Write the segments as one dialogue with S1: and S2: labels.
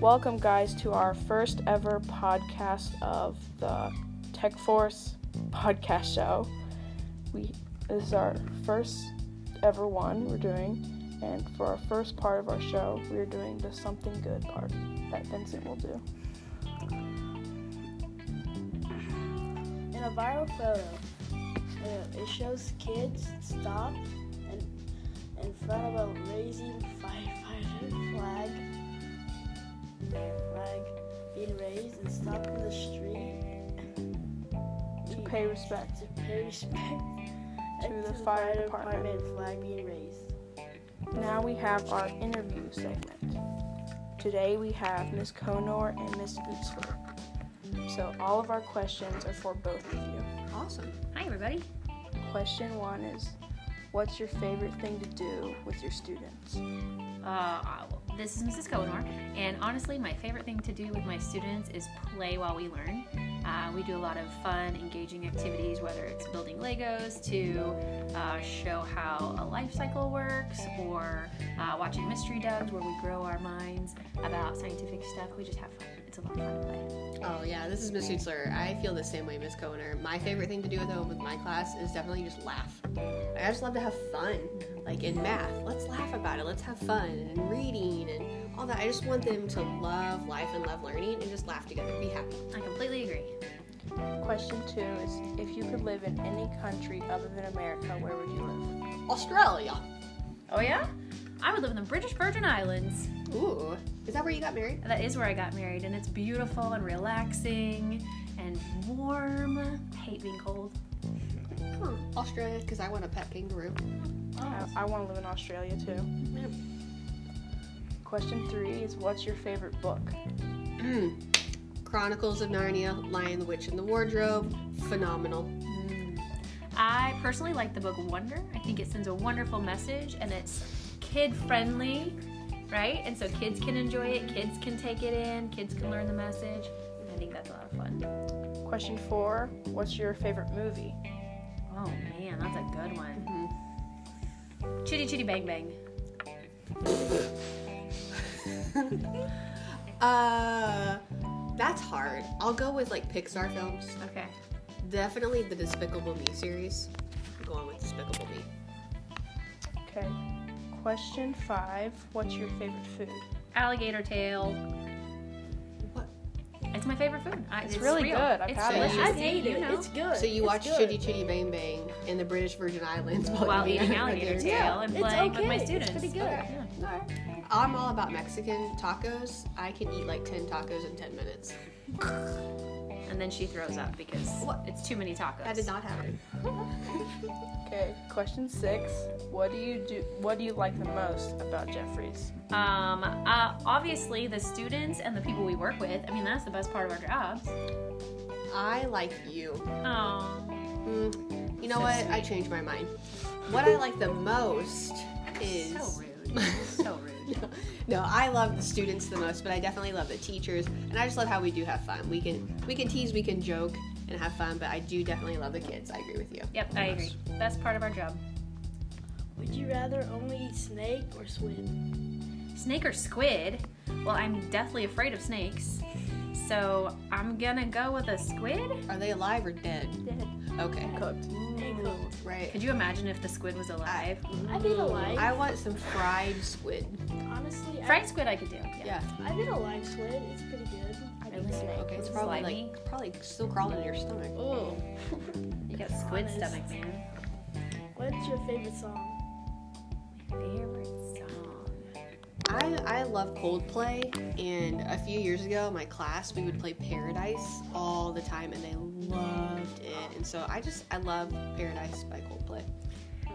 S1: Welcome, guys, to our first ever podcast of the Tech Force podcast show. We this is our first ever one we're doing, and for our first part of our show, we're doing the something good part that Vincent will do.
S2: In a viral photo, uh, it shows kids stop and in front of a raising firefighter flag, flag being raised and stop in the street
S1: To pay respect.
S2: to pay respect
S1: To
S2: and
S1: the fire department.
S2: flag being raised.
S1: Now we have our interview segment. Today we have Miss Konor and Miss Utzler. So all of our questions are for both of you.
S3: Awesome. Hi, everybody.
S1: Question one is What's your favorite thing to do with your students?
S3: Uh, I- this is Mrs. Cohenor, and honestly, my favorite thing to do with my students is play while we learn. Uh, we do a lot of fun, engaging activities, whether it's building Legos to uh, show how a life cycle works, or uh, watching Mystery Dogs where we grow our minds about scientific stuff. We just have fun. It's a lot of fun to play.
S4: Oh yeah, this is Miss Hutzler. I feel the same way, Miss Cohener. My favorite thing to do though with my class is definitely just laugh. Like, I just love to have fun. Like in math, let's laugh about it. Let's have fun and reading and all that. I just want them to love life and love learning and just laugh together, be happy.
S3: I completely agree.
S1: Question two is If you could live in any country other than America, where would you live?
S4: Australia.
S3: Oh, yeah? I would live in the British Virgin Islands.
S4: Ooh, is that where you got married?
S3: That is where I got married, and it's beautiful and relaxing and warm. I hate being cold.
S4: Huh, Australia, because I want a pet kangaroo.
S3: Oh.
S1: I, I want to live in Australia too.
S4: Yeah.
S1: Question three is What's your favorite book?
S4: Mm. Chronicles of Narnia, Lion, the Witch, and the Wardrobe. Phenomenal.
S3: I personally like the book Wonder. I think it sends a wonderful message, and it's kid friendly, right? And so kids can enjoy it, kids can take it in, kids can learn the message. and I think that's a lot of fun.
S1: Question four What's your favorite movie?
S3: Oh man, that's a good one. Mm-hmm. Chitty Chitty Bang Bang.
S4: Uh, that's hard. I'll go with like Pixar films.
S3: Okay.
S4: Definitely the Despicable Me series. I'm going with Despicable Me.
S1: Okay. Question five What's your favorite food?
S3: Alligator Tail.
S4: What?
S3: It's my favorite food. I,
S1: It's really
S3: real.
S1: good. I've
S3: it's
S1: had it.
S3: delicious.
S4: I
S3: You know.
S2: It's good.
S4: So you
S2: it's
S4: watch
S2: good.
S4: Chitty Chitty Bang Bang in the British Virgin Islands while,
S3: while
S4: you're
S3: eating alligator tail and
S2: it's
S3: playing with my
S2: okay. It's
S3: students.
S2: pretty good.
S3: Yeah.
S4: I'm all about Mexican tacos. I can eat like 10 tacos in 10 minutes.
S3: And then she throws up because
S4: What?
S3: it's too many tacos.
S4: That did not happen.
S1: Okay. Question six What do you do? What do you like the most about Jeffries?
S3: Um, uh, obviously, the students and the people we work with. I mean, that's the best part of our jobs.
S4: I like you.
S3: Oh,
S4: Mm, you know
S3: So
S4: what?
S3: sweet.
S4: I changed my mind. What I like the most is.
S3: so rude. so rude.
S4: No, I love the students the most, but I definitely love the teachers, and I just love how we do have fun. We can we can tease, we can joke, and have fun. But I do definitely love the kids. I agree with you.
S3: Yep, I agree. Best part of our job.
S2: Would you rather only eat snake or swim?
S3: Snake or squid? Well, I'm deathly afraid of snakes, so I'm gonna go with a squid.
S4: Are they alive or dead?
S3: Dead.
S4: Okay,
S1: Cooked.
S2: Ooh.
S4: right.
S3: Could you imagine if the squid was alive?
S2: I'd eat a live.
S4: I want some fried squid.
S2: honestly, I-
S3: Fried squid, I could do. Yeah.
S4: Yeah.
S2: I've been a live squid. It's pretty good.
S1: I
S3: Really?
S1: eat snake.
S4: Okay, it's probably
S3: Slimy.
S4: like probably still crawling in your stomach.
S3: Ooh. you got squid
S2: Honest.
S3: stomach, man.
S2: What's your favorite song?
S3: Favorite song.
S4: I I love Coldplay, and a few years ago, my class we would play Paradise all the time, and they loved it. And so I just I love Paradise by Coldplay.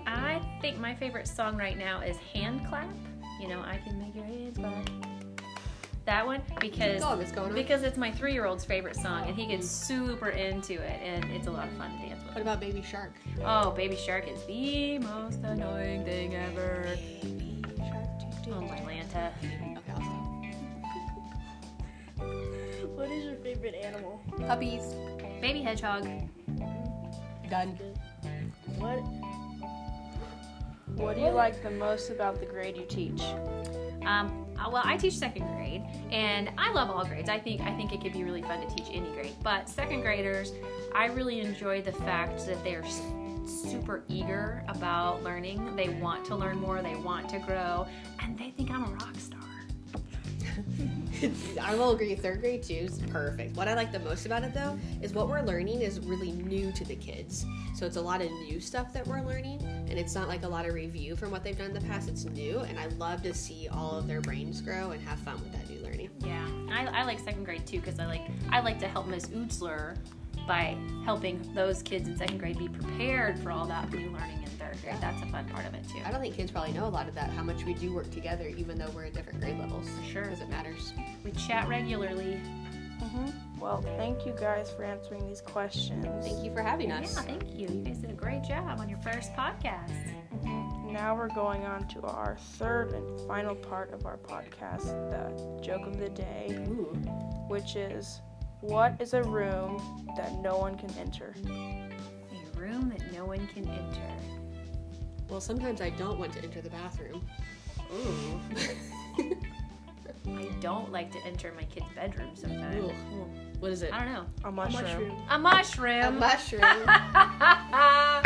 S3: I think my favorite song right now is Hand Clap. You know, I can make your hands clap. That one because
S4: Go on, Miss Kona.
S3: because it's my three year old's favorite song and he gets
S4: Mm.
S3: super into it and it's a lot of fun to dance
S4: What
S3: with.
S4: about Baby Shark?
S3: Oh, Baby Shark is the most annoying thing ever.
S4: Baby Shark. do, do,
S3: Oh my Lanta.
S4: Okay, I'll stop.
S2: What is your favorite animal?
S4: Puppies.
S3: Baby Hedgehog.
S4: Done.
S2: What?
S1: What do you like the most about the grade you teach?
S3: Um, uh, well, I teach second grade, and I love all grades. I think I think it could be really fun to teach any grade, but second graders, I really enjoy the fact that they're s- super eager about learning. They want to learn more. They want to grow, and they think I'm a rock star.
S4: I will agree. Third grade too is perfect. What I like the most about it though is what we're learning is really new to the kids. So it's a lot of new stuff that we're learning, and it's not like a lot of review from what they've done in the past. It's new, and I love to see all of their brains grow and have fun with that new learning.
S3: Yeah, I, I like second grade too because I like I like to help Miss Utzler by helping those kids in second grade be prepared for all that new learning in third grade. That's a fun part of it too.
S4: I don't think kids probably know a lot of that. How much we do work together, even though we're at different grade levels.
S3: For sure,
S4: Because it matters.
S3: we chat regularly.
S1: Mm-hmm. Well, thank you guys for answering these questions.
S4: Thank you for having us.
S3: Yeah, thank you. You guys did a great job on your first podcast.
S1: Now we're going on to our third and final part of our podcast, the joke of the day,
S4: Ooh.
S1: which is what is a room that no one can enter?
S3: A room that no one can enter.
S4: Well, sometimes I don't want to enter the bathroom. Ooh.
S3: I don't like to enter my kid's bedroom sometimes.
S4: Ooh. What is it? Um,
S3: I don't know.
S1: A mushroom.
S3: A mushroom.
S4: A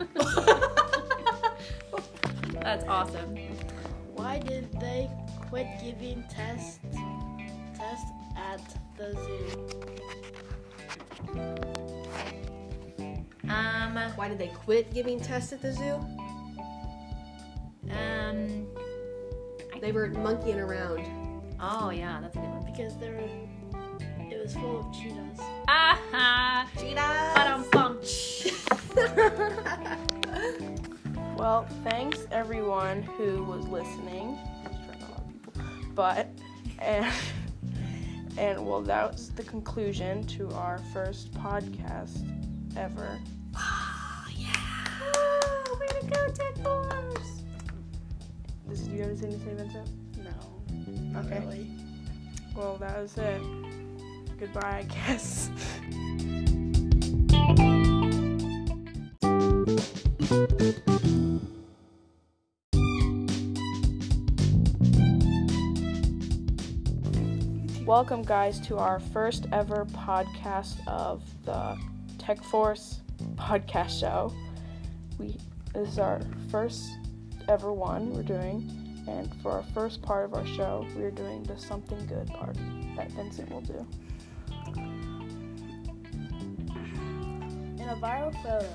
S4: mushroom.
S3: That's awesome.
S2: Why did they quit giving tests tests at the zoo?
S3: Um,
S4: Why did they quit giving tests at the zoo?
S3: um,
S4: They were monkeying around.
S3: oh yeah, that's a good one.
S2: Because they were it was full of cheetahs.
S3: Ah ha!
S4: Cheetahs! Oh,
S1: Well, thanks everyone who was listening. But and and well, that was the conclusion to our first podcast ever.
S3: Woo, way to go, Tech Force!
S1: This, do you have anything to say, Vincent?
S2: No, not
S1: Okay.
S2: really.
S1: Well, that was it. Goodbye, I guess. Welcome, guys, to our first ever podcast of the Tech Force podcast show. We this is our first ever one we're doing, and for our first part of our show, we are doing the something good part that Vincent will do.
S2: In a viral photo,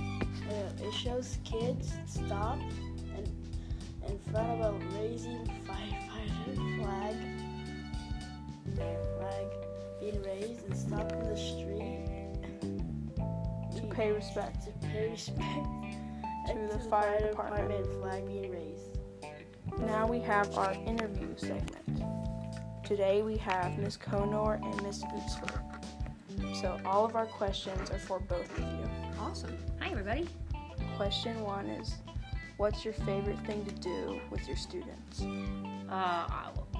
S2: uh, it shows kids stop and in front of a raising firefighter flag, flag being raised and stop in the street
S1: To pay respect.
S2: to pay respect
S1: To
S2: and
S1: the fire
S2: flag being raised.
S1: Now we have our interview segment. Today we have Miss Conor and Miss Utzler. So all of our questions are for both of you.
S4: awesome.
S3: Hi everybody.
S1: Question one is What's your favorite thing to do with your students?
S3: Uh,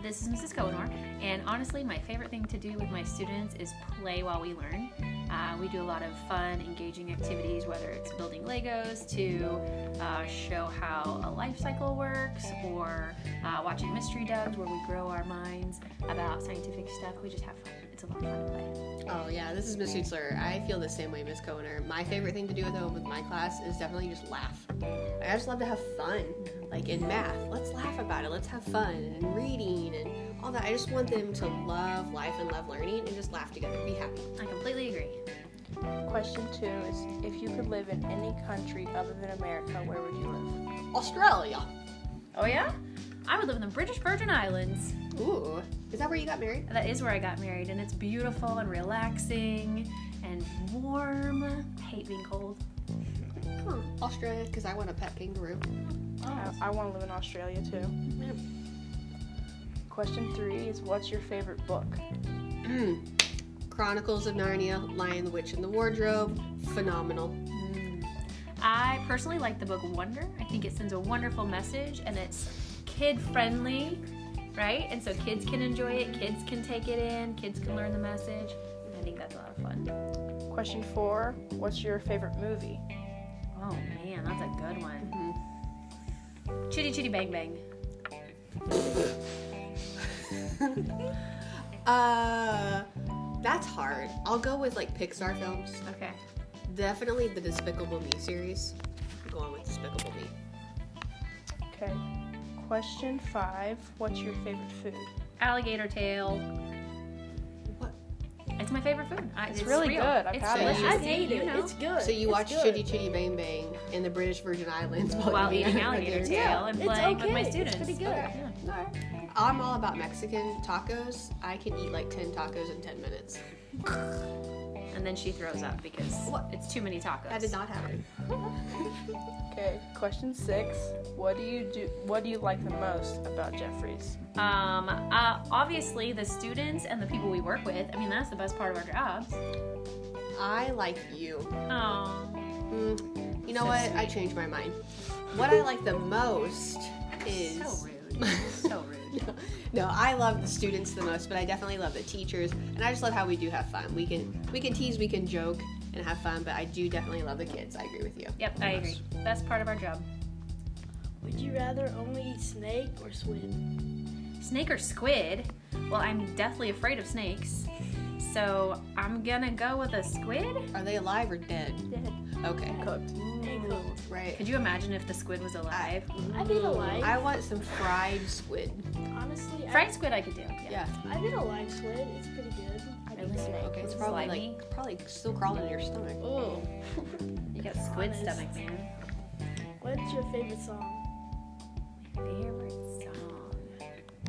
S3: this is Mrs. Cohenor, and honestly, my favorite thing to do with my students is play while we learn. Uh, we do a lot of fun, engaging activities, whether it's building Legos to uh, show how a life cycle works, or uh, watching Mystery Dogs, where we grow our minds about scientific stuff. We just have fun. It's a lot of fun to play.
S4: Oh, yeah, this is Miss Hutzler. I feel the same way, Miss Cohener. My favorite thing to do, though, with my class is definitely just laugh. I just love to have fun. Like in math, let's laugh about it. Let's have fun. And reading and all that. I just want them to love life and love learning and just laugh together. Be happy.
S3: I completely agree.
S1: Question two is If you could live in any country other than America, where would you live?
S4: Australia.
S3: Oh yeah, I would live in the British Virgin Islands.
S4: Ooh. Is that where you got married?
S3: That is where I got married, and it's beautiful and relaxing and warm. I hate being cold.
S4: Huh. Australia, because I want a pet kangaroo.
S1: I, want to live in Australia too.
S4: Yeah.
S1: Question three is What's your favorite book?
S4: Hmm. Chronicles of Narnia, Lion, the Witch, and the Wardrobe. Phenomenal.
S3: I personally like the book Wonder. I think it sends a wonderful message and it's kid friendly, right? And so kids can enjoy it, kids can take it in, kids can learn the message. I think that's a lot of fun.
S1: Question four What's your favorite movie?
S3: Mm-hmm. Oh man, that's a good one. Chitty Chitty Bang Bang.
S4: uh, that's hard. I'll go with like Pixar films.
S3: Okay.
S4: Definitely the Despicable Me series. I'm going with Despicable Me.
S1: Okay. Question five What's your favorite food?
S3: Alligator tail.
S4: What?
S3: It's my favorite food. I,
S1: It's really
S3: real.
S1: good. I've
S3: it's
S1: had it.
S3: delicious.
S2: I've
S3: See,
S2: ate
S3: you
S2: it.
S3: know.
S2: It's good.
S4: So you
S2: It's
S4: watched
S2: good.
S4: Chitty Chitty Bang Bang in the British Virgin Islands
S3: while eating alligator
S4: alligators.
S3: tail and
S2: It's
S3: playing with
S2: okay.
S3: my
S2: It's
S3: students.
S2: pretty good.
S3: Yeah.
S4: I'm all about Mexican tacos. I can eat like 10 tacos in 10 minutes.
S3: And then she throws up because
S4: What?
S3: it's too many tacos.
S4: That did not happen.
S1: Okay. Question six What do you do? What do you like the most about Jeffries?
S3: Um, uh, obviously, the students and the people we work with. I mean, that's the best part of our jobs.
S4: I like you.
S3: Oh,
S4: Mm, You know what? I changed my mind. What I like the most is.
S3: so rude. so rude.
S4: No, I love the students the most, but I definitely love the teachers, and I just love how we do have fun. We can we can tease, we can joke, and have fun. But I do definitely love the kids. I agree with you.
S3: Yep, I agree. Best part of our job.
S2: Would you rather only eat snake or squid?
S3: Snake or squid? Well, I'm deathly afraid of snakes. So I'm gonna go with a squid.
S4: Are they alive or dead?
S3: Dead.
S4: Okay,
S1: Cooked.
S4: right.
S3: Could you imagine if the squid was alive?
S2: I've eaten a live.
S4: I want some fried squid.
S2: honestly,
S3: Fried squid I could do. Yeah.
S4: Yeah.
S2: I've, I've eaten a live squid. It's pretty good.
S3: Really?
S4: Okay, it's
S3: It's
S4: probably
S3: slimy.
S4: like probably still crawling in your stomach.
S2: Oh.
S3: You got squid
S2: Honest.
S3: stomach, man.
S2: What's your favorite song?
S3: Favorite song.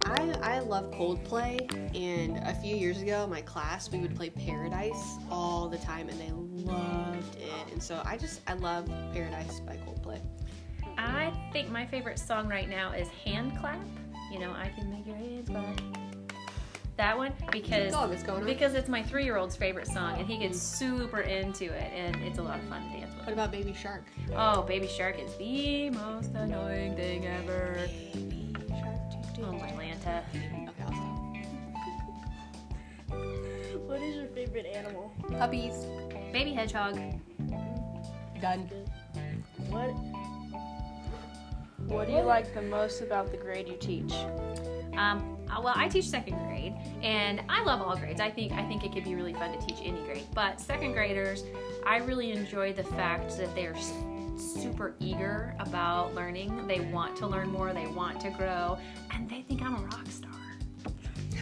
S4: I, I love Coldplay, and a few years ago, my class we would play Paradise all the time, and they loved it. And so I just I love Paradise by Coldplay.
S3: I think my favorite song right now is Hand Clap. You know, I can make your hands clap. That one because
S4: Dog is going on. Mm.
S3: because it's my three year old's favorite song and he gets super into it and it's a lot of fun to dance
S4: What
S3: with.
S4: about Baby Shark?
S3: Oh, Baby Shark is the most annoying thing ever.
S4: Baby Shark. do, do,
S3: Oh my Lanta.
S4: do. Okay, I'll stop.
S2: What is your favorite animal?
S4: Puppies.
S3: Baby Hedgehog.
S4: Done.
S2: What?
S1: What do you like the most about the grade you teach?
S3: Um, uh, well, I teach second grade, and I love all grades. I think I think it could be really fun to teach any grade, but second graders, I really enjoy the fact that they're s- super eager about learning. They want to learn more. They want to grow, and they think I'm a rock star.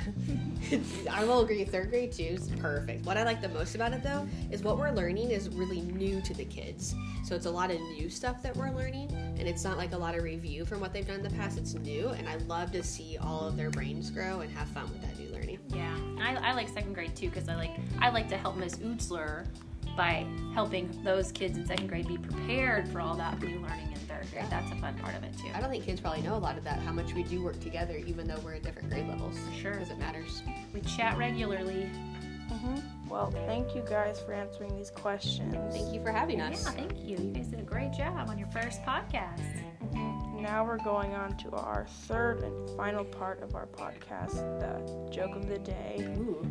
S4: I will agree. Third grade too is perfect. What I like the most about it though is what we're learning is really new to the kids. So it's a lot of new stuff that we're learning, and it's not like a lot of review from what they've done in the past. It's new, and I love to see all of their brains grow and have fun with that new learning.
S3: Yeah, I, I like second grade too because I like I like to help Miss Utzler by helping those kids in second grade be prepared for all that new learning in third grade. That's a fun part of it too.
S4: I don't think kids probably know a lot of that. How much we do work together, even though we're at different grade levels,
S3: Sure,
S4: because it matters.
S3: we chat regularly.
S1: Mm-hmm. Well, thank you guys for answering these questions.
S4: Thank you for having
S3: Yeah,
S4: us.
S3: thank you. You guys did a great job on your first podcast.
S1: Now we're going on to our third and final part of our podcast, the joke of the day,
S4: Ooh.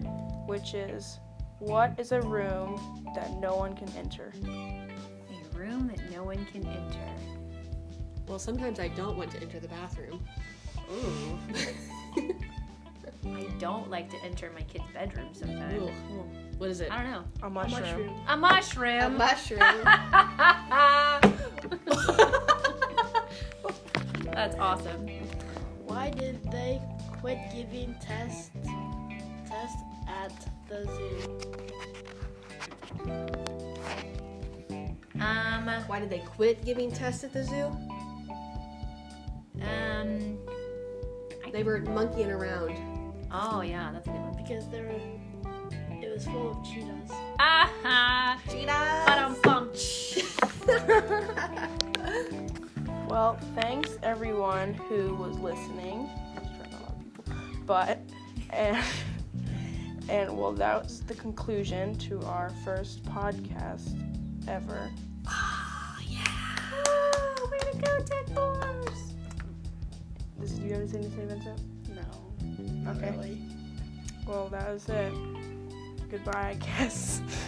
S1: which is what is a room that no one can enter?
S3: A room that no one can enter.
S4: Well, sometimes I don't want to enter the bathroom. Ooh.
S3: I don't like to enter my kid's bedroom sometimes.
S4: What is it?
S3: I don't know.
S1: A mushroom.
S2: Mushroom.
S3: A mushroom.
S4: A mushroom.
S3: That's awesome.
S2: Why did they quit giving tests tests at the zoo?
S3: Um,
S4: Why did they quit giving tests at the zoo?
S3: um,
S4: They were monkeying around.
S3: oh yeah, that's a good one.
S2: Because they were it was full of cheetahs.
S3: Ah
S4: Cheetahs!
S3: ha!
S1: Well, thanks everyone who was listening. Trying to love people. But and and well that was the conclusion to our first podcast ever.
S3: Oh, way to go, Tech Force!
S1: This, do you have anything to say, Vincent?
S2: No.
S1: Okay.
S2: Really.
S1: Well, that was it. Goodbye, I guess.